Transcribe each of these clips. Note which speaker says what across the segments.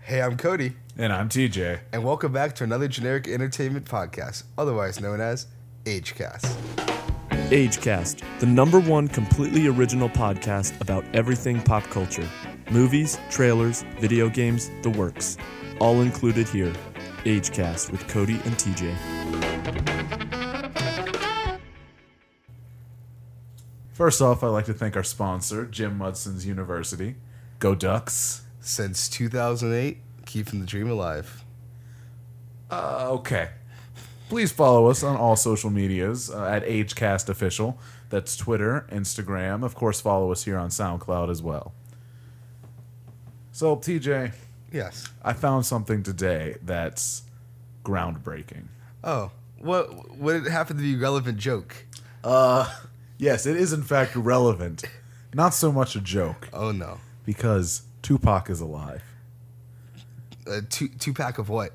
Speaker 1: Hey, I'm Cody,
Speaker 2: And I'm TJ.
Speaker 1: and welcome back to another generic entertainment podcast, otherwise known as AgeCast.
Speaker 3: AgeCast, the number one completely original podcast about everything pop culture movies, trailers, video games, the works. All included here. AgeCast with Cody and TJ.
Speaker 2: First off, I'd like to thank our sponsor, Jim Mudson's University. Go Ducks.
Speaker 1: Since 2008, keeping the dream alive.
Speaker 2: Uh, okay. Please follow us on all social medias uh, at AgeCast Official. That's Twitter, Instagram. Of course, follow us here on SoundCloud as well. So, TJ,
Speaker 1: Yes.
Speaker 2: I found something today that's groundbreaking.
Speaker 1: Oh, what would it happen to be a relevant joke?
Speaker 2: Uh, Yes, it is in fact relevant. Not so much a joke,
Speaker 1: Oh no,
Speaker 2: because Tupac is alive.
Speaker 1: a Uh, two two pack of what?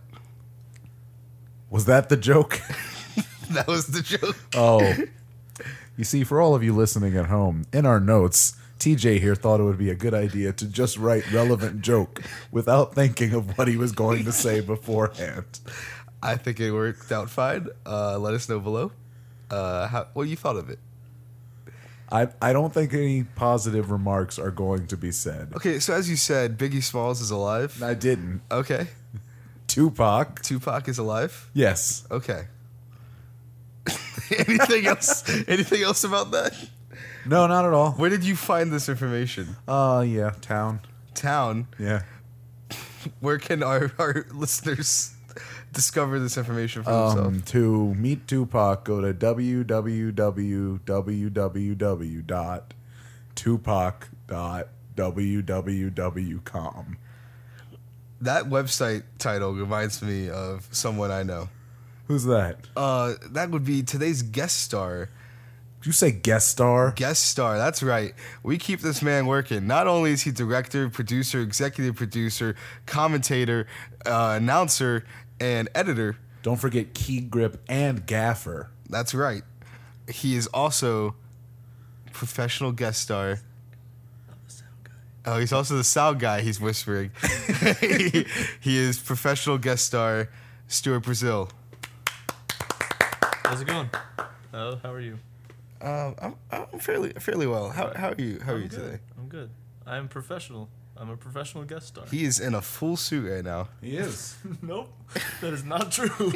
Speaker 2: Was that the joke?
Speaker 1: That was the joke.
Speaker 2: Oh. You see, for all of you listening at home, in our notes, TJ here thought it would be a good idea to just write relevant joke without thinking of what he was going to say beforehand.
Speaker 1: I think it worked out fine. Uh, let us know below. Uh, how, what you thought of it?
Speaker 2: I, I don't think any positive remarks are going to be said.
Speaker 1: Okay, so as you said, Biggie Smalls is alive.
Speaker 2: I didn't.
Speaker 1: Okay,
Speaker 2: Tupac.
Speaker 1: Tupac is alive.
Speaker 2: Yes.
Speaker 1: Okay. anything else? Anything else about that?
Speaker 2: No, not at all.
Speaker 1: Where did you find this information?
Speaker 2: Uh yeah, town.
Speaker 1: Town.
Speaker 2: Yeah.
Speaker 1: Where can our, our listeners discover this information for themselves?
Speaker 2: Um, to meet Tupac, go to www.tupac.www.com.
Speaker 1: That website title reminds me of someone I know.
Speaker 2: Who's that?
Speaker 1: Uh, that would be today's guest star.
Speaker 2: Did you say guest star?
Speaker 1: Guest star, that's right. We keep this man working. Not only is he director, producer, executive producer, commentator, uh, announcer, and editor.
Speaker 2: Don't forget key grip and gaffer.
Speaker 1: That's right. He is also professional guest star. Oh, he's also the sound guy. He's whispering. he, he is professional guest star Stuart Brazil.
Speaker 4: How's it going? Oh, how are you?
Speaker 1: Um, I'm, I'm fairly fairly well. How, how are you? How are you today?
Speaker 4: I'm good. I'm professional. I'm a professional guest star.
Speaker 1: He is in a full suit right now.
Speaker 2: He is.
Speaker 4: nope, that is not true.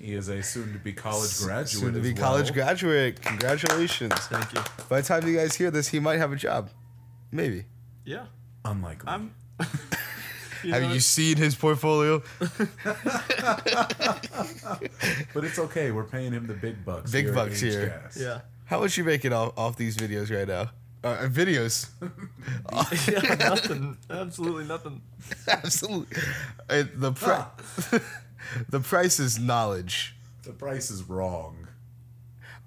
Speaker 2: he is a soon to be college graduate.
Speaker 1: Soon to be
Speaker 2: as
Speaker 1: college
Speaker 2: well.
Speaker 1: graduate. Congratulations.
Speaker 4: Thank you.
Speaker 1: By the time you guys hear this, he might have a job. Maybe.
Speaker 4: Yeah,
Speaker 2: Unlikely.
Speaker 4: I'm.
Speaker 1: Have you seen his portfolio?
Speaker 2: but it's okay. We're paying him the big bucks.
Speaker 1: Big
Speaker 2: at
Speaker 1: bucks here.
Speaker 2: HCast.
Speaker 4: Yeah.
Speaker 1: How much you making off, off these videos right now? Uh, videos.
Speaker 4: yeah, nothing. Absolutely nothing.
Speaker 1: Absolutely. Uh, the pri- the price is knowledge.
Speaker 2: The price is wrong.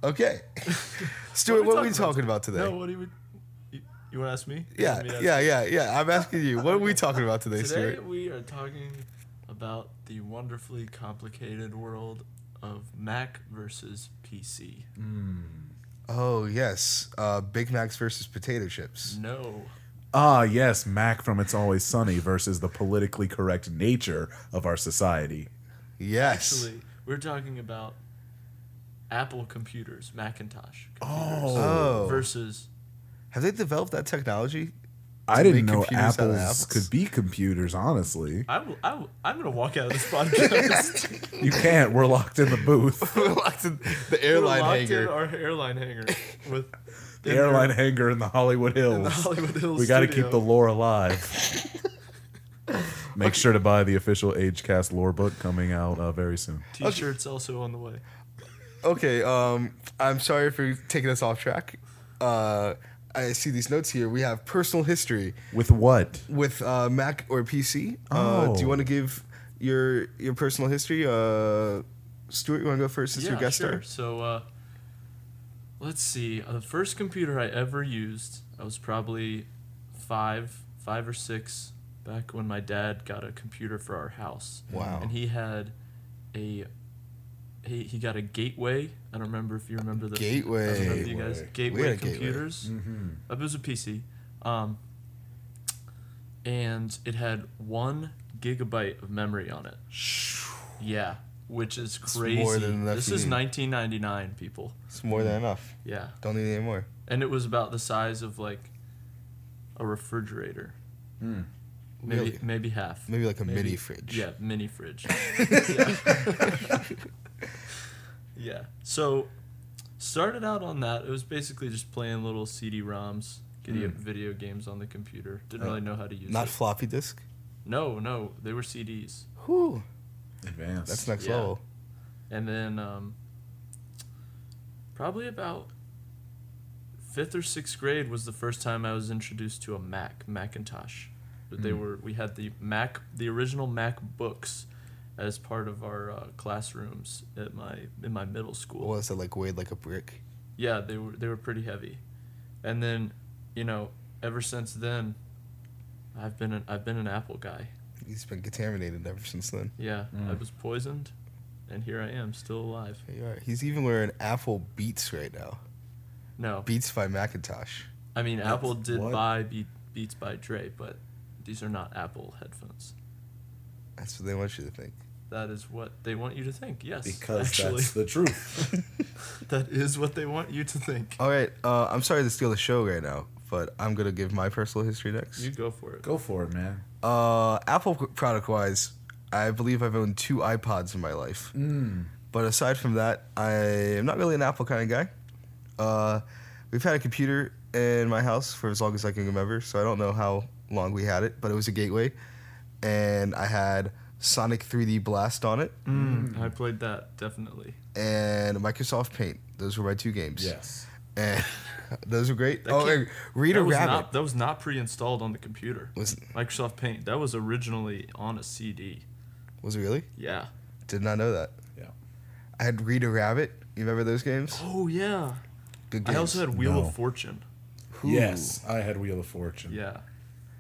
Speaker 1: Okay. Stuart, what are we talking,
Speaker 4: talking
Speaker 1: about today?
Speaker 4: No, what do you? You, you want to ask me? You
Speaker 1: yeah,
Speaker 4: want me to ask
Speaker 1: yeah,
Speaker 4: you?
Speaker 1: yeah, yeah. I'm asking you. What are we talking about today,
Speaker 4: Today
Speaker 1: Stuart?
Speaker 4: we are talking about the wonderfully complicated world of Mac versus PC.
Speaker 1: Mm. Oh, yes. Uh, Big Macs versus potato chips.
Speaker 4: No.
Speaker 2: Ah, yes, Mac from It's Always Sunny versus the politically correct nature of our society.
Speaker 1: Yes.
Speaker 4: Actually, we're talking about Apple computers, Macintosh computers,
Speaker 2: Oh.
Speaker 1: Oh.
Speaker 4: versus
Speaker 1: Have they developed that technology?
Speaker 2: I didn't
Speaker 1: make
Speaker 2: know
Speaker 1: computers out of
Speaker 2: apples
Speaker 1: apples.
Speaker 2: could be computers, honestly.
Speaker 4: I will, I will, I'm gonna walk out of this podcast.
Speaker 2: You can't. We're locked in the booth.
Speaker 1: We're locked in the
Speaker 4: We're
Speaker 1: airline
Speaker 4: locked in
Speaker 1: hangar.
Speaker 4: our airline hangar with
Speaker 2: The airline hangar in the Hollywood Hills.
Speaker 4: the Hollywood Hills.
Speaker 2: we got to
Speaker 4: studio.
Speaker 2: keep the lore alive. Make sure to buy the official AgeCast lore book coming out uh, very soon.
Speaker 4: t-shirts also on the way.
Speaker 1: Okay, um, I'm sorry for taking us off track. Uh, I see these notes here. We have personal history.
Speaker 2: With what?
Speaker 1: with uh, Mac or PC. Uh,
Speaker 2: Oh.
Speaker 1: do you want to give your your personal history? Uh, Stuart, you want to go first since you're guest star?
Speaker 4: sure. So uh, let's see. Uh, the first computer I ever used, I was probably five, five or six, back when my dad got a computer for our house.
Speaker 1: Wow.
Speaker 4: And he had a he, he got a gateway. I don't remember if you remember the I don't remember
Speaker 1: Gateway.
Speaker 4: you guys
Speaker 1: We had a
Speaker 4: gateway
Speaker 1: Gateway.
Speaker 4: computers. Uh, It was a PC. Um, and it had one gigabyte of memory on it. Yeah, which is crazy.
Speaker 1: more than enough
Speaker 4: this
Speaker 1: you
Speaker 4: is
Speaker 1: need.
Speaker 4: 1999, people.
Speaker 1: It's more than enough.
Speaker 4: Yeah,
Speaker 1: Don't need any more.
Speaker 4: and it was about the size of like a refrigerator, maybe
Speaker 1: Hmm. Really?
Speaker 4: maybe half.
Speaker 1: Maybe like a mini fridge.
Speaker 4: Yeah, mini fridge. yeah. yeah. So started out on that. It was basically just playing little CD-ROMs, video, video games on the computer. Didn't
Speaker 1: Hmm. Uh,
Speaker 4: really know how to use
Speaker 1: Not
Speaker 4: it.
Speaker 1: floppy disk.
Speaker 4: no, no, they were CDs.
Speaker 1: Whew.
Speaker 2: Advanced.
Speaker 1: That's next
Speaker 4: Yeah.
Speaker 1: level.
Speaker 4: And then um, probably about fifth or sixth grade was the first time I was introduced to a Mac, Macintosh. But They were we had the Mac, the original Mac books, as part of our uh, classrooms at my in my middle school.
Speaker 1: What was it like? Weighed like a brick.
Speaker 4: Yeah, they were they were pretty heavy, and then, you know, ever since then, I've been an, I've been an Apple guy.
Speaker 1: He's been contaminated ever since then.
Speaker 4: Yeah, I was poisoned, and here I am still alive.
Speaker 1: There you are. He's even wearing Apple Beats right now.
Speaker 4: No,
Speaker 1: Beats by Macintosh.
Speaker 4: I mean, Apple did
Speaker 2: what?
Speaker 4: buy Be- Beats by Dre, but these are not Apple headphones.
Speaker 1: That's what they want you to think.
Speaker 4: That is what they want you to think. Yes,
Speaker 2: because
Speaker 4: actually,
Speaker 2: that's the truth.
Speaker 4: that is what they want you to think.
Speaker 1: All right. Uh, I'm sorry to steal the show right now, but I'm gonna give my personal history next.
Speaker 4: You go for it.
Speaker 2: Go for it, man.
Speaker 1: Uh, Apple product wise, I believe I've owned two iPods in my life.
Speaker 4: Hmm.
Speaker 1: But aside from that, I am not really an Apple kind of guy. Uh, we've had a computer in my house for as long as I can remember, so I don't know how long we had it, but it was a gateway. And I had Sonic 3D Blast on it
Speaker 4: I played that definitely.
Speaker 1: and Microsoft Paint. Those were my two games.
Speaker 2: Yes.
Speaker 1: And those were great.
Speaker 4: That
Speaker 1: oh,
Speaker 4: can't-
Speaker 1: and Reader
Speaker 4: that was
Speaker 1: Rabbit.
Speaker 4: not that was not pre-installed on the computer.
Speaker 1: was,
Speaker 4: Microsoft Paint. That was originally on a CD.
Speaker 1: was it really?
Speaker 4: Yeah.
Speaker 1: Did not know that.
Speaker 2: Yeah.
Speaker 1: I had Reader Rabbit. You remember those games?
Speaker 4: Oh yeah.
Speaker 1: Good
Speaker 4: I
Speaker 1: games.
Speaker 4: also had Wheel
Speaker 2: No.
Speaker 4: of Fortune.
Speaker 1: Ooh.
Speaker 2: Yes, I had Wheel of Fortune.
Speaker 4: Yeah.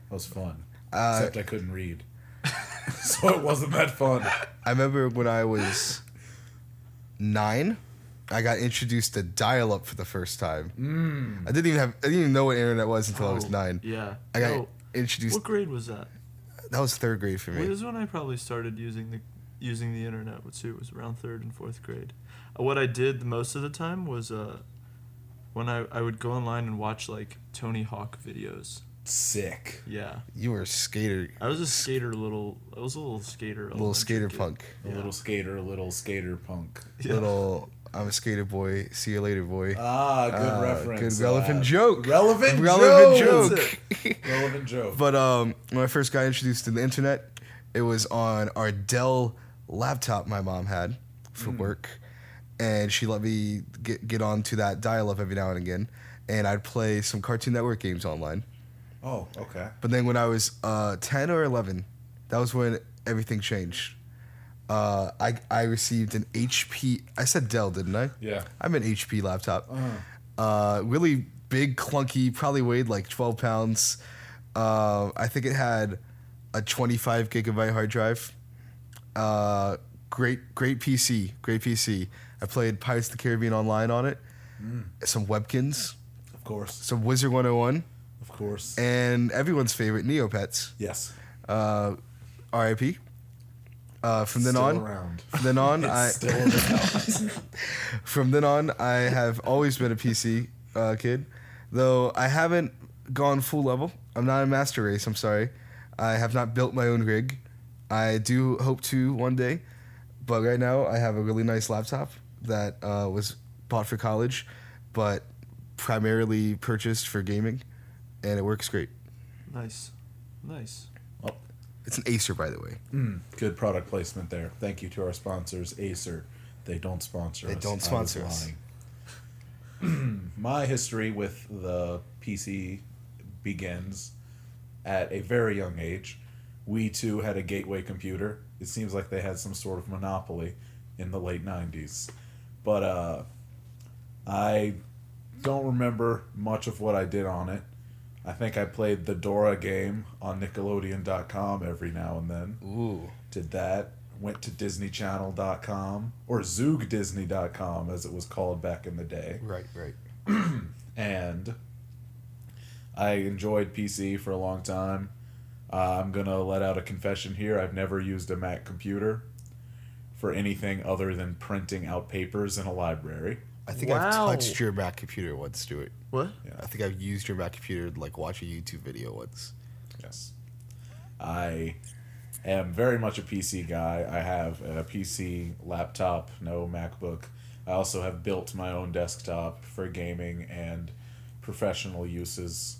Speaker 2: That was fun.
Speaker 1: Uh,
Speaker 2: Except I couldn't read. so it wasn't that fun.
Speaker 1: I remember when I was nine, I got introduced to dial up for the first time. I didn't even have I didn't even know what internet was until I was
Speaker 4: Oh,
Speaker 1: nine.
Speaker 4: Yeah.
Speaker 1: I got
Speaker 4: No,
Speaker 1: introduced
Speaker 4: what grade was that?
Speaker 1: that was third grade for
Speaker 4: Well,
Speaker 1: me.
Speaker 4: It was when I probably started using the using the internet. Which it was around third and fourth grade. Uh, what I did most of the time was uh, when I, I would go online and watch like Tony Hawk videos.
Speaker 2: Sick.
Speaker 4: Yeah,
Speaker 1: You were a skater
Speaker 4: I was a skater, little I was a little skater,
Speaker 1: little
Speaker 4: elementary
Speaker 1: skater
Speaker 4: kid.
Speaker 1: punk.
Speaker 2: A little skater, a little skater punk.
Speaker 4: Yeah.
Speaker 1: Little I'm a skater boy, see you later boy.
Speaker 2: Ah, good
Speaker 1: Uh,
Speaker 2: reference.
Speaker 1: Good relevant
Speaker 2: Uh,
Speaker 1: joke.
Speaker 2: Relevant,
Speaker 1: Relevant
Speaker 2: joke.
Speaker 1: joke.
Speaker 2: relevant joke.
Speaker 1: But um, when I first got introduced to the internet, it was on our Dell laptop my mom had for work, and she let me get get onto that dial-up every now and again, and I'd play some Cartoon Network games online.
Speaker 2: oh, okay.
Speaker 1: But then when I was uh, ten or eleven, that was when everything changed. Uh, I I received an HP. I said Dell, didn't I?
Speaker 2: Yeah.
Speaker 1: I'm an HP laptop. uh really big, clunky, probably weighed like 12 pounds. Uh, I think it had a 25 gigabyte hard drive. Uh, great, great PC. Great PC. I played Pirates of the Caribbean online on it. Some Webkins,
Speaker 2: Of course.
Speaker 1: some Wizard 101,
Speaker 2: Of course.
Speaker 1: and everyone's favorite Neopets.
Speaker 2: yes.
Speaker 1: Uh, RIP. Uh, from then
Speaker 2: Still
Speaker 1: on,
Speaker 2: around.
Speaker 1: from then on,
Speaker 2: It's
Speaker 1: I
Speaker 2: still around.
Speaker 1: From then on, I have always been a PC uh, kid, though I haven't gone full level. I'm not a master race. I'm sorry. I have not built my own rig. I do hope to one day, but right now I have a really nice laptop that uh, was bought for college, but primarily purchased for gaming, and it works great.
Speaker 4: Nice, nice.
Speaker 1: It's an Acer, by the way.
Speaker 2: Mm, good product placement there. Thank you to our sponsors, Acer. They don't sponsor
Speaker 1: They
Speaker 2: us.
Speaker 1: don't
Speaker 2: I was
Speaker 1: sponsor us.
Speaker 2: lying. My history with the PC begins at a very young age. We too had a gateway computer. It seems like they had some sort of monopoly in the late 90s. But uh, I don't remember much of what I did on it. I think I played the Dora game on Nickelodeon.com every now and then
Speaker 1: Ooh.
Speaker 2: did that went to disneychannel.com or zoogdisney.com as it was called back in the day
Speaker 1: Right, right.
Speaker 2: and i enjoyed pc for a long time Uh, I'm gonna let out a confession here. I've never used a Mac computer for anything other than printing out papers in a library.
Speaker 1: I think
Speaker 4: Wow.
Speaker 1: I've touched your Mac computer once, Stuart.
Speaker 4: What?
Speaker 1: I think I've used your Mac computer to like watch a YouTube video once.
Speaker 2: Yes. I am very much a PC guy. I have a PC laptop, no MacBook. I also have built my own desktop for gaming and professional uses.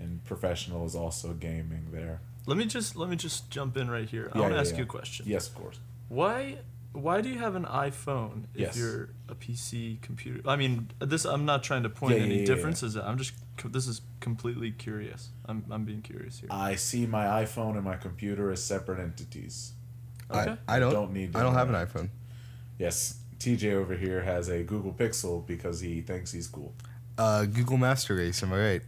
Speaker 2: And professional is also gaming there.
Speaker 4: Let me just let me just jump in right here. I
Speaker 2: Yeah,
Speaker 4: want to
Speaker 2: yeah,
Speaker 4: ask
Speaker 2: yeah.
Speaker 4: you a question.
Speaker 2: Yes, of course.
Speaker 4: Why why do you have an iPhone if
Speaker 2: Yes.
Speaker 4: you're a PC computer? I mean, this I'm not trying to point
Speaker 2: Yeah, yeah,
Speaker 4: any
Speaker 2: yeah, yeah.
Speaker 4: differences. out. I'm just c- this is completely curious. I'm I'm being curious here.
Speaker 2: I see my iPhone and my computer as separate entities.
Speaker 4: Okay.
Speaker 1: I, I don't,
Speaker 2: Don't need to
Speaker 1: I don't
Speaker 2: do
Speaker 1: have an
Speaker 2: that.
Speaker 1: iPhone.
Speaker 2: Yes, TJ over here has a Google Pixel because he thinks he's cool.
Speaker 1: Uh, Google Master Race. Am I right?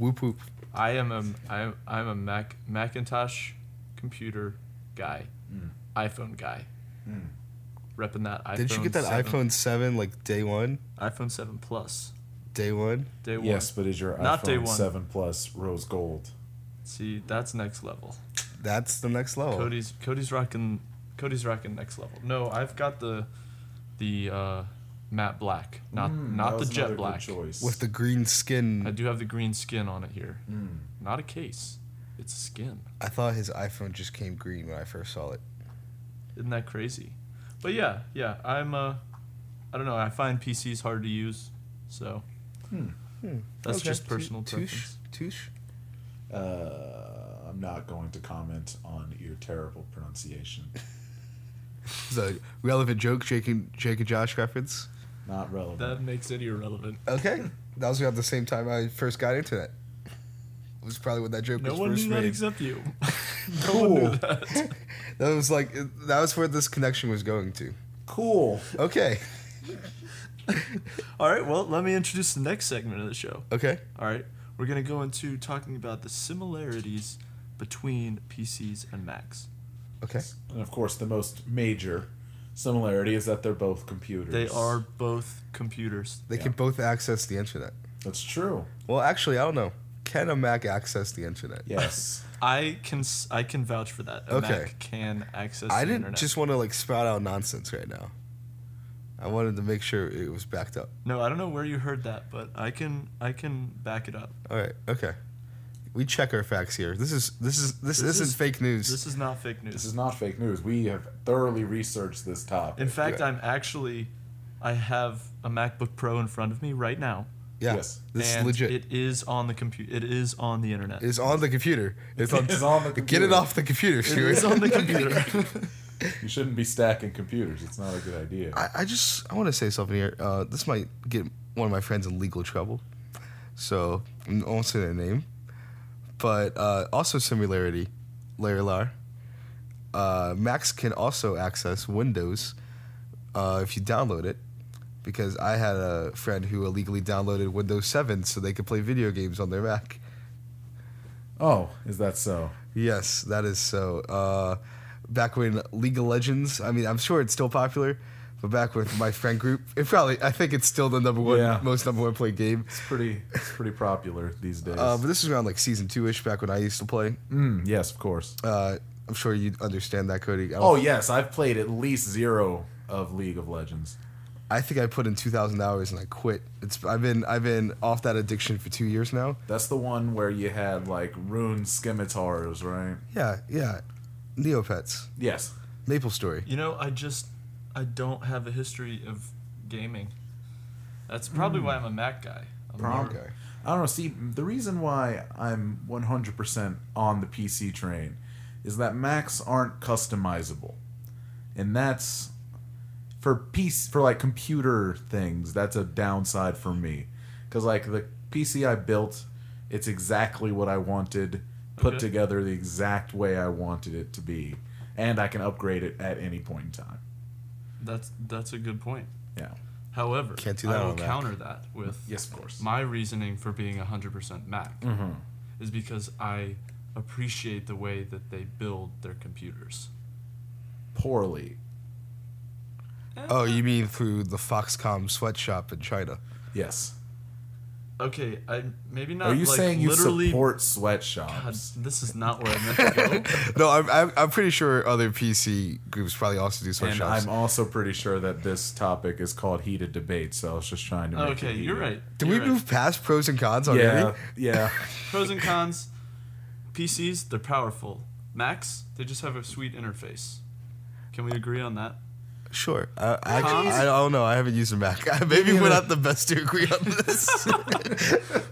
Speaker 1: Whoop whoop.
Speaker 4: I am a I'm I'm a Mac Macintosh computer guy,
Speaker 2: Hmm.
Speaker 4: iPhone guy, repping that iPhone.
Speaker 1: Did you get that
Speaker 4: 7,
Speaker 1: iPhone Seven like day one?
Speaker 4: iPhone Seven Plus?
Speaker 1: Day one.
Speaker 4: Day one.
Speaker 2: Yes, but is your
Speaker 4: Not day
Speaker 2: iPhone 7
Speaker 4: one.
Speaker 2: Plus rose gold?
Speaker 4: See, that's next level.
Speaker 1: That's the next
Speaker 2: Oh.
Speaker 1: level.
Speaker 4: Cody's Cody's rocking Cody's rocking next level. No, I've got the the uh, matte black, not
Speaker 2: Mm, that
Speaker 4: not the
Speaker 2: was another
Speaker 4: jet
Speaker 2: good
Speaker 4: black.
Speaker 2: choice.
Speaker 1: With the green skin.
Speaker 4: I do have the green skin on it here.
Speaker 2: Hmm.
Speaker 4: Not a case. It's a skin.
Speaker 1: I thought his iPhone just came green when I first saw it.
Speaker 4: Isn't that crazy? But yeah, yeah, I'm uh I don't know, I find PCs hard to use. So
Speaker 2: Hmm.
Speaker 4: That's
Speaker 1: Okay.
Speaker 4: just
Speaker 1: Tou-
Speaker 4: personal
Speaker 1: touche,
Speaker 4: preference.
Speaker 1: touche.
Speaker 2: Uh, I'm not going to comment on your terrible pronunciation.
Speaker 1: It's a relevant joke, Jake and, Jake and Josh reference.
Speaker 2: Not relevant.
Speaker 4: That makes it irrelevant.
Speaker 1: Okay, that was about the same time I first got into it. It was probably when that joke
Speaker 4: No
Speaker 1: was
Speaker 4: one
Speaker 1: first
Speaker 4: knew that
Speaker 1: made.
Speaker 4: except you.
Speaker 2: cool.
Speaker 1: that was like that was where this connection was going to.
Speaker 2: cool.
Speaker 1: Okay,
Speaker 4: All right, well, let me introduce the next segment of the show.
Speaker 1: okay.
Speaker 4: All right, we're gonna go into talking about the similarities between PCs and Macs.
Speaker 1: Okay.
Speaker 2: And of course, the most major similarity is that they're both computers.
Speaker 4: They are both computers.
Speaker 1: They can both access the internet.
Speaker 2: That's true.
Speaker 1: Well, actually, I don't know. Can a Mac access the internet?
Speaker 2: Yes.
Speaker 4: I can s- I can vouch for that. A
Speaker 1: Okay.
Speaker 4: Mac can access.
Speaker 1: I
Speaker 4: the
Speaker 1: didn't
Speaker 4: internet.
Speaker 1: just want to like spout out nonsense right now. I wanted to make sure it was backed up.
Speaker 4: No, I don't know where you heard that, but I can I can back it up.
Speaker 1: All right. Okay. We check our facts here. This is this is this,
Speaker 4: This
Speaker 1: isn't
Speaker 4: is-
Speaker 1: fake news.
Speaker 4: This is not fake news.
Speaker 2: this is not fake news. We have thoroughly researched this topic.
Speaker 4: In fact,
Speaker 1: yeah.
Speaker 4: I'm actually I have a MacBook Pro in front of me right now.
Speaker 1: yeah.
Speaker 2: yes.
Speaker 1: This is
Speaker 4: and
Speaker 1: legit.
Speaker 4: It is on the computer. It is on the internet.
Speaker 1: it's on the computer. It's on.
Speaker 2: It's on the
Speaker 1: Get it
Speaker 2: computer.
Speaker 1: off the computer,
Speaker 4: It
Speaker 1: Stuart.
Speaker 4: is on the computer.
Speaker 2: You shouldn't be stacking computers. It's not a good idea.
Speaker 1: I, I just I want to say something here. Uh, this might get one of my friends in legal trouble, so I won't say their name. But uh, also similarity, Larry Lar. Uh, Max can also access Windows uh, if you download it, because I had a friend who illegally downloaded Windows 7 so they could play video games on their Mac.
Speaker 2: Oh, is that so?
Speaker 1: Yes, that is so. Uh, back when League of Legends, I mean, I'm sure it's still popular, but back with my friend group, it probably, I think it's still the number one,
Speaker 2: Yeah.
Speaker 1: most number one played game.
Speaker 2: It's pretty. It's pretty popular these days.
Speaker 4: Um,
Speaker 1: Uh, but this is around like season two ish, back when I used to play.
Speaker 2: Mm, yes, of course.
Speaker 1: Uh, I'm sure you understand that, Cody. I, don't-
Speaker 2: Oh yes, I've played at least zero of League of Legends.
Speaker 1: I think I put in 2,000 hours and I quit. It's I've been I've been off that addiction for two years now.
Speaker 2: That's the one where you had like rune scimitars, right?
Speaker 1: Yeah, yeah. Neopets,
Speaker 2: Yes.
Speaker 1: Maple Story.
Speaker 4: you know, I just I don't have a history of gaming. That's
Speaker 2: Hmm.
Speaker 4: probably why I'm a Mac guy. I'm a
Speaker 2: Prob-
Speaker 4: Mac guy.
Speaker 1: Okay.
Speaker 2: I don't know. See, the reason why I'm 100% on the PC train is that Macs aren't customizable, and that's for piece for like computer things. That's a downside for me, because like the PC I built, it's exactly what I wanted, put
Speaker 4: Okay.
Speaker 2: together the exact way I wanted it to be, and I can upgrade it at any point in time.
Speaker 4: That's that's a good point.
Speaker 2: Yeah.
Speaker 4: However,
Speaker 1: Can't do that
Speaker 4: I will
Speaker 1: on Mac.
Speaker 4: counter that with
Speaker 2: Yes, of course. Mm-hmm.
Speaker 4: my reasoning for being 100% Mac is because I appreciate the way that they build their computers.
Speaker 2: Poorly.
Speaker 1: Oh, you mean through the Foxcom sweatshop in China?
Speaker 2: Yes.
Speaker 4: Okay, I maybe not.
Speaker 2: Are you
Speaker 4: like,
Speaker 2: saying you
Speaker 4: literally?
Speaker 2: support
Speaker 4: God,
Speaker 2: sweatshops?
Speaker 4: this is not where I meant to go.
Speaker 1: No, I'm, I'm, I'm pretty sure other PC groups probably also do
Speaker 2: And
Speaker 1: sweatshops.
Speaker 2: I'm also pretty sure that this topic is called heated debate, so I was just trying to. Make
Speaker 4: okay,
Speaker 2: it
Speaker 4: you're
Speaker 2: heated.
Speaker 4: right.
Speaker 1: Did
Speaker 4: you're
Speaker 1: we
Speaker 4: right.
Speaker 1: move past pros and cons already?
Speaker 2: Yeah, yeah.
Speaker 4: Pros and cons. PCs, they're powerful. Macs, they just have a sweet interface. Can we agree on that?
Speaker 1: Sure. I, I,
Speaker 4: Cons?
Speaker 1: I don't know. I haven't used a Mac. Maybe we're not the best to agree on this. uh,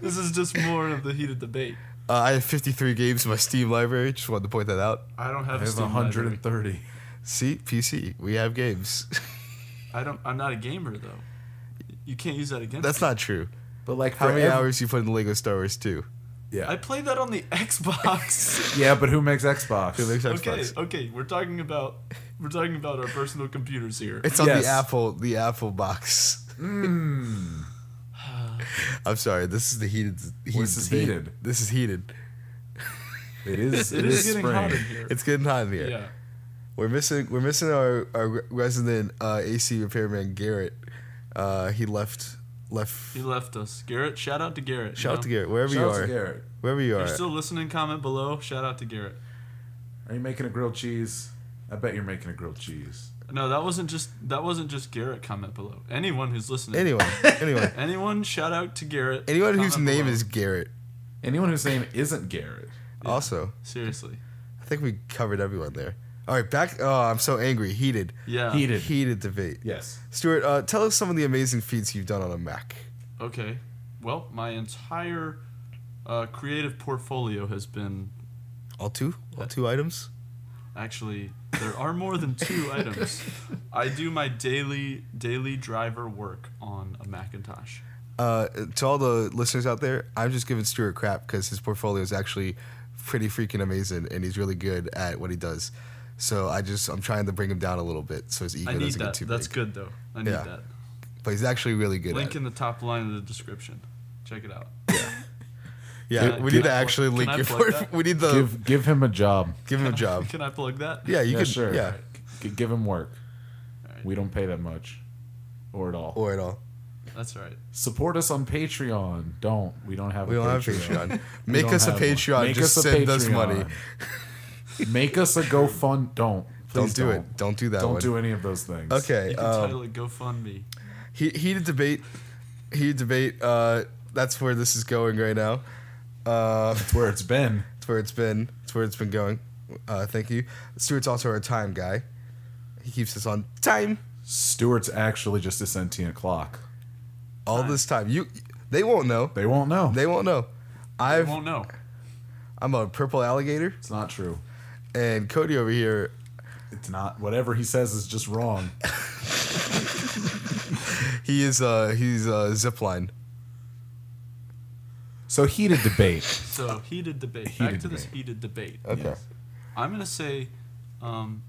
Speaker 4: This is just more of the heated debate.
Speaker 1: I have 53 games in my Steam library. Just wanted to point that out.
Speaker 4: I don't have a
Speaker 2: There's
Speaker 4: Steam library.
Speaker 2: 130.
Speaker 1: See, PC, we have games.
Speaker 4: I don't. I'm not a gamer though. You can't use that against.
Speaker 1: That's
Speaker 4: me.
Speaker 1: not true.
Speaker 2: But like,
Speaker 1: How
Speaker 2: for
Speaker 1: many
Speaker 2: ev-
Speaker 1: hours you put in Lego Star Wars 2?
Speaker 2: Yeah,
Speaker 4: I played that on the Xbox.
Speaker 2: yeah. But who makes Xbox?
Speaker 1: Who makes Xbox?
Speaker 4: okay, okay. We're talking about we're talking about our personal computers here.
Speaker 1: It's on
Speaker 2: Yes. Hmm.
Speaker 1: the Apple, the Apple box. I'm sorry. This is the heated. heated
Speaker 2: is
Speaker 1: debate.
Speaker 2: heated.
Speaker 1: This is heated.
Speaker 2: It is.
Speaker 4: It is getting hot in here.
Speaker 1: It's getting hot in here.
Speaker 4: yeah.
Speaker 1: We're missing we're missing our, our resident uh, AC repairman Garrett. Uh, he left left.
Speaker 4: He left us. Garrett, shout out to Garrett.
Speaker 1: Shout out to Garrett wherever
Speaker 2: Shout out to
Speaker 1: you are.
Speaker 2: Garrett.
Speaker 1: Wherever you
Speaker 4: If
Speaker 1: are.
Speaker 4: you're still listening, comment below. Shout out to Garrett.
Speaker 2: Are you making a grilled cheese? I bet you're making a grilled cheese.
Speaker 4: No, that wasn't just that wasn't just Garrett. Comment below. Anyone who's listening.
Speaker 1: anyway, anyway,
Speaker 4: Anyone. Shout out to Garrett.
Speaker 1: anyone whose
Speaker 4: comment
Speaker 1: name
Speaker 4: below.
Speaker 1: is Garrett.
Speaker 2: Anyone whose name isn't Garrett.
Speaker 1: Also,
Speaker 4: seriously.
Speaker 1: I think we covered everyone there. All right, back. Oh, I'm so angry. Heated.
Speaker 4: Yeah.
Speaker 2: Heated.
Speaker 1: Heated debate.
Speaker 2: Yes.
Speaker 1: Stuart, uh, tell us some of the amazing feats you've done on a Mac.
Speaker 4: Okay. Well, my entire uh, creative portfolio has been
Speaker 1: All two? All two items?
Speaker 4: actually there are more than two items. I do my daily daily driver work on a Macintosh.
Speaker 1: Uh, to all the listeners out there, I'm just giving Stuart crap because his portfolio is actually pretty freaking amazing and he's really good at what he does. So I just I'm trying to bring him down a little bit so his ego
Speaker 4: I need
Speaker 1: doesn't
Speaker 4: that.
Speaker 1: get too
Speaker 4: That's
Speaker 1: big.
Speaker 4: good though. I need
Speaker 1: Yeah.
Speaker 4: that.
Speaker 1: But he's actually really good
Speaker 4: Link
Speaker 1: at it.
Speaker 4: in the top line of the description. Check it out.
Speaker 1: Yeah,
Speaker 4: Can I-
Speaker 1: we
Speaker 4: can
Speaker 1: need to
Speaker 4: I plug-
Speaker 1: actually
Speaker 4: can
Speaker 1: link
Speaker 4: I
Speaker 1: your
Speaker 4: plug
Speaker 1: port-
Speaker 4: that?
Speaker 1: we need the give,
Speaker 2: Give give him a job.
Speaker 1: him a job.
Speaker 4: Can I plug that?
Speaker 1: Um, Yeah, you
Speaker 2: yeah,
Speaker 1: can
Speaker 2: sure.
Speaker 1: yeah.
Speaker 2: G- give him work.
Speaker 4: Alright.
Speaker 2: We don't pay that much, or at all.
Speaker 1: Or at all.
Speaker 4: That's all right.
Speaker 2: Support us on Patreon. Don't. We don't have.
Speaker 1: We
Speaker 2: a
Speaker 1: don't have Patreon.
Speaker 2: Patreon. We
Speaker 1: Make
Speaker 2: don't
Speaker 1: us a
Speaker 2: have one.
Speaker 1: Patreon.
Speaker 2: Make
Speaker 1: just
Speaker 2: us a
Speaker 1: send us
Speaker 2: Patreon.
Speaker 1: money.
Speaker 2: Make us a GoFund. Don't.
Speaker 1: Don't
Speaker 2: Please
Speaker 1: do it. Don't do that
Speaker 2: Don't
Speaker 1: one.
Speaker 2: do any of those things.
Speaker 1: Okay.
Speaker 4: You can
Speaker 1: um,
Speaker 4: title it GoFundMe.
Speaker 1: He heated debate. Heated debate. Uh, that's where this is going right now. Uh,
Speaker 2: That's where it's been.
Speaker 1: it's where it's been. It's where it's been going. Uh, thank you. Stuart's also our time guy. He keeps us on time
Speaker 2: Stuart's actually just a sentient clock.
Speaker 1: all this time. You, they won't know.
Speaker 2: They won't know.
Speaker 1: They won't know.
Speaker 4: I
Speaker 1: I've
Speaker 4: won't know.
Speaker 1: I'm a purple alligator,
Speaker 2: it's not true.
Speaker 1: and Cody over here.
Speaker 2: It's not. Whatever he says is just wrong.
Speaker 1: He is uh he's uh zipline.
Speaker 2: So heated debate.
Speaker 4: So heated debate.
Speaker 2: Uh, Heated
Speaker 4: Back to this
Speaker 2: debate.
Speaker 4: heated debate.
Speaker 1: Okay.
Speaker 2: Yes.
Speaker 4: I'm gonna say, um,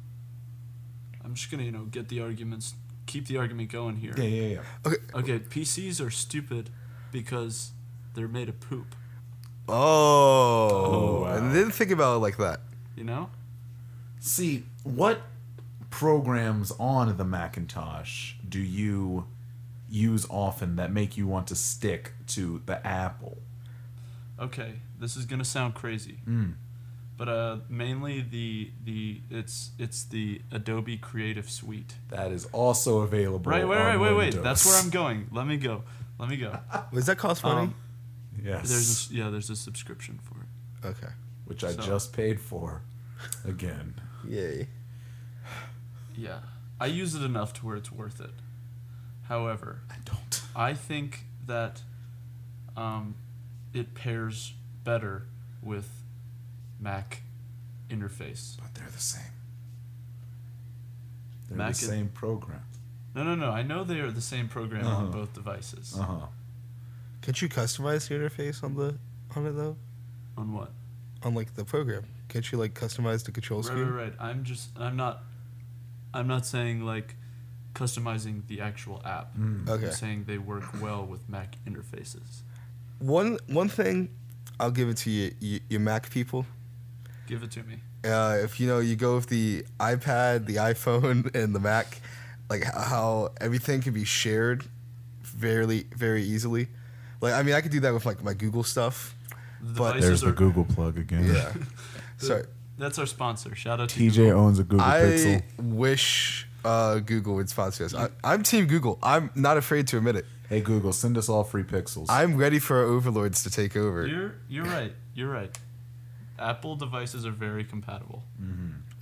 Speaker 4: I'm just gonna you know get the arguments, keep the argument going here.
Speaker 2: Yeah, yeah, yeah.
Speaker 4: Okay, PCs are stupid because they're made of poop.
Speaker 1: Oh,
Speaker 2: wow.
Speaker 1: I didn't think about it like that.
Speaker 4: You know,
Speaker 2: See, what programs on the Macintosh do you use often that make you want to stick to the Apple?
Speaker 4: okay, this is gonna sound crazy,
Speaker 2: Mm.
Speaker 4: but uh, mainly the the it's it's the Adobe Creative Suite.
Speaker 2: That is also available.
Speaker 4: Right, wait,
Speaker 2: on
Speaker 4: wait, wait, wait.
Speaker 2: Windows.
Speaker 4: That's where I'm going. Let me go. Let me go.
Speaker 1: Was that cost money?
Speaker 4: Um,
Speaker 2: Yes.
Speaker 4: there's a, s- yeah, there's a subscription for it.
Speaker 1: okay.
Speaker 2: which I
Speaker 4: so-
Speaker 2: just paid for. Again.
Speaker 1: Yay.
Speaker 4: Yeah, I use it enough to where it's worth it. However,
Speaker 2: I don't.
Speaker 4: I think that um, it pairs better with Mac interface.
Speaker 2: But they're the same. They're
Speaker 4: Mac
Speaker 2: the
Speaker 4: is-
Speaker 2: same program.
Speaker 4: No, no, no. I know they are the same program on
Speaker 2: Uh-huh.
Speaker 4: both devices.
Speaker 2: Uh huh.
Speaker 1: Can't you customize the interface on the on it though?
Speaker 4: On what?
Speaker 1: On like the program? Can't you like customize the control
Speaker 4: Right,
Speaker 1: screen?
Speaker 4: right, right. I'm just. I'm not. I'm not saying like customizing the actual app.
Speaker 2: Hmm.
Speaker 1: Okay.
Speaker 4: I'm saying they work well with Mac interfaces.
Speaker 1: One one thing, I'll give it to you, you, you Mac people.
Speaker 4: Give it to me.
Speaker 1: Uh, if you know, you go with the iPad, the iPhone, and the Mac, like h- how everything can be shared, very very easily. Like I mean, I could do that with like my Google stuff.
Speaker 4: The
Speaker 1: But-
Speaker 4: devices
Speaker 2: There's the
Speaker 4: are-
Speaker 2: Google plug again.
Speaker 1: Yeah. Sorry.
Speaker 4: That's our sponsor. Shout out to
Speaker 2: TJ owns a Google Pixel.
Speaker 1: I wish uh, Google would sponsor us. I, I'm Team Google. I'm not afraid to admit it.
Speaker 2: Hey Google, send us all free pixels.
Speaker 1: I'm ready for our overlords to take over.
Speaker 4: You're you're right. You're right. Apple devices are very compatible.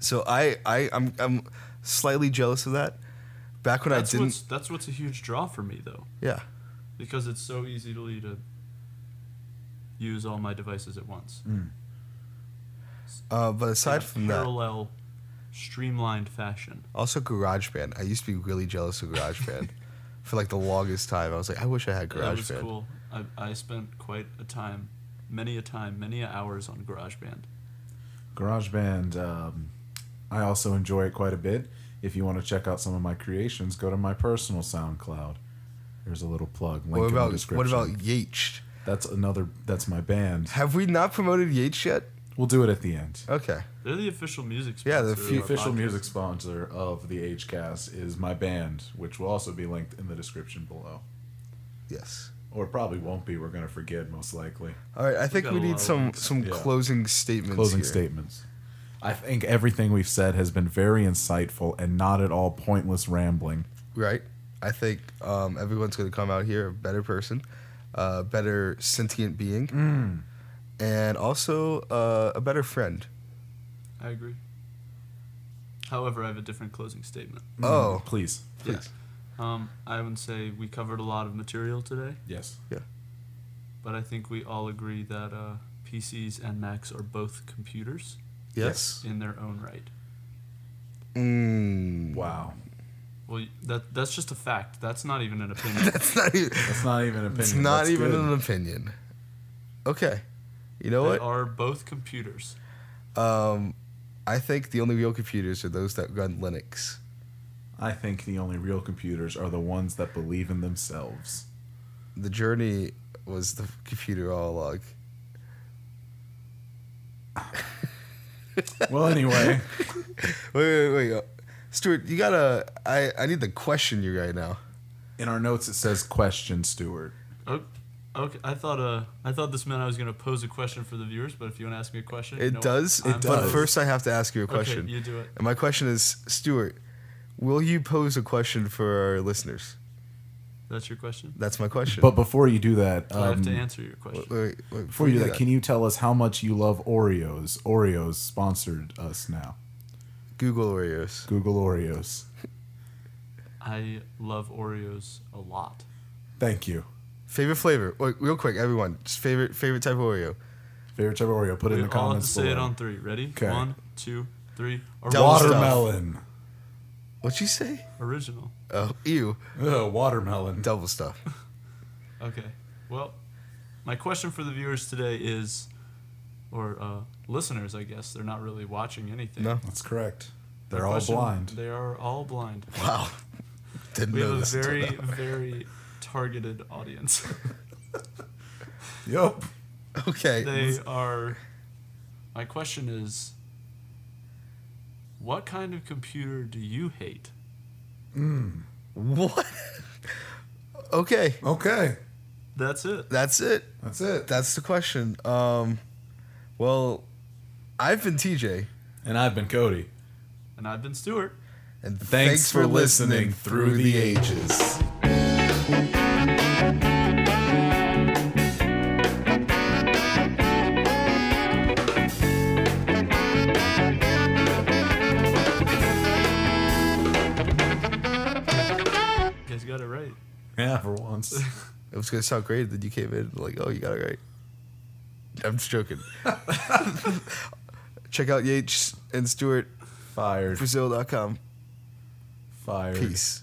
Speaker 1: So I, I, I'm, I'm slightly jealous of that. Back when
Speaker 4: That's
Speaker 1: I didn't,
Speaker 4: what's that's what's a huge draw for me though,
Speaker 1: yeah,
Speaker 4: because it's so easily to use all my devices at once.
Speaker 1: uh, but
Speaker 4: In
Speaker 1: Mm.
Speaker 4: a
Speaker 1: aside from that,
Speaker 4: parallel, streamlined fashion.
Speaker 1: also GarageBand. I used to be really jealous of GarageBand for like the longest time. I was like, I wish I had
Speaker 4: that was
Speaker 1: GarageBand.
Speaker 4: cool. I, I spent quite a time, many a time, many a hours on GarageBand.
Speaker 2: GarageBand. Um, I also enjoy it quite a bit. If you want to check out some of my creations, go to my personal SoundCloud. There's a little plug. Link
Speaker 1: What
Speaker 2: in the
Speaker 1: about
Speaker 2: description.
Speaker 1: what about Yeech?
Speaker 2: That's another. That's my band.
Speaker 1: Have we not promoted Yeech yet?
Speaker 2: We'll do it at the end.
Speaker 1: Okay.
Speaker 4: They're the official music.
Speaker 1: Yeah, the
Speaker 2: The
Speaker 4: sponsor of our
Speaker 2: official
Speaker 4: podcast.
Speaker 2: music sponsor of the HCast is my band, which will also be linked in the description below.
Speaker 1: Yes.
Speaker 2: Or probably won't be. We're gonna forget most likely.
Speaker 1: All right. I think
Speaker 4: got
Speaker 1: we
Speaker 4: a lot
Speaker 1: need
Speaker 4: of
Speaker 1: some
Speaker 4: links.
Speaker 1: some
Speaker 2: Yeah.
Speaker 1: closing statements.
Speaker 2: Closing
Speaker 1: here.
Speaker 2: statements. I think everything we've said has been very insightful and not at all pointless rambling.
Speaker 1: right? I think um, everyone's going to come out here a better person, a better sentient being, Mm. and also uh, a better friend.
Speaker 4: I agree. However, I have a different closing statement.
Speaker 1: Oh.
Speaker 2: please,
Speaker 1: Yeah.
Speaker 2: please,
Speaker 4: Um, I would say we covered a lot of material today,
Speaker 2: yes.
Speaker 4: but I think we all agree that uh, PCs and Macs are both computers
Speaker 1: Yes.
Speaker 4: in their own right.
Speaker 1: Mm.
Speaker 2: Wow,
Speaker 4: Well, y- that that's just a fact. That's not even an opinion.
Speaker 1: That's not even,
Speaker 2: that's not even an opinion.
Speaker 1: it's not
Speaker 2: That's
Speaker 1: even
Speaker 2: good.
Speaker 1: an opinion. Okay. You know
Speaker 4: they
Speaker 1: what?
Speaker 4: are both computers.
Speaker 1: Um, I think the only real computers are those that run Linux.
Speaker 2: I think the only real computers are the ones that believe in themselves.
Speaker 1: The journey was the computer all along.
Speaker 2: Well, anyway,
Speaker 1: Wait, wait, wait. Stuart, you gotta. I, I need to question you right now.
Speaker 2: in our notes it says question Stewart.
Speaker 4: Oh, okay. I thought uh, I thought this meant I was gonna pose a question for the viewers, but if you want to ask me a question,
Speaker 1: It
Speaker 4: no,
Speaker 1: does.
Speaker 4: I'm
Speaker 1: It But
Speaker 2: does.
Speaker 1: first, I have to ask you a question.
Speaker 4: Okay, you do it.
Speaker 1: And my question is, Stuart, will you pose a question for our listeners?
Speaker 4: That's your question.
Speaker 1: That's my question.
Speaker 2: But before you do that,
Speaker 4: I have
Speaker 2: um,
Speaker 4: to answer your question.
Speaker 1: Wait, wait, wait,
Speaker 2: Before you do that, can you tell us how much you love Oreos? Oreos sponsored us now.
Speaker 1: Google Oreos?
Speaker 2: Google Oreos.
Speaker 4: I love Oreos a lot.
Speaker 2: Thank you.
Speaker 1: Favorite flavor? Wait, real quick, everyone. Just favorite favorite type of Oreo.
Speaker 2: Favorite type of Oreo? Put it
Speaker 4: We
Speaker 2: in the
Speaker 4: all have
Speaker 2: comments
Speaker 4: to say it
Speaker 2: below.
Speaker 4: on three. Ready?
Speaker 2: 'Kay.
Speaker 4: One, two, three. Or-
Speaker 1: Double stuff.
Speaker 2: watermelon.
Speaker 1: What'd you say?
Speaker 4: Original.
Speaker 1: Oh, ew.
Speaker 2: Ugh, watermelon.
Speaker 1: Double stuff.
Speaker 4: Okay. Well, my question for the viewers today is, or uh, listeners, I guess they're not really watching anything.
Speaker 1: No.
Speaker 2: That's correct.
Speaker 4: My
Speaker 2: They're all
Speaker 4: question-
Speaker 2: blind.
Speaker 4: They are all blind.
Speaker 1: Wow. Didn't
Speaker 4: We
Speaker 1: know
Speaker 4: have a
Speaker 1: this. until
Speaker 4: very,
Speaker 1: now.
Speaker 4: very targeted audience.
Speaker 2: Yup.
Speaker 1: okay.
Speaker 4: they are. My question is, what kind of computer do you hate?
Speaker 1: What? okay.
Speaker 2: Okay.
Speaker 4: That's it.
Speaker 1: That's it.
Speaker 2: That's it.
Speaker 1: That's the question. Um, well, I've been TJ,
Speaker 2: And I've been Cody.
Speaker 4: And I've been Stuart.
Speaker 1: and thanks,
Speaker 2: Thanks,
Speaker 1: for listening through the ages.
Speaker 2: ages.
Speaker 4: You guys got it right.
Speaker 2: Yeah, for once.
Speaker 1: It was gonna sound great, then you came in like, oh, you got it right. I'm just joking. Check out Yates and Stewart
Speaker 2: Fired.
Speaker 1: Brazil.com.
Speaker 2: Fired.
Speaker 1: Peace.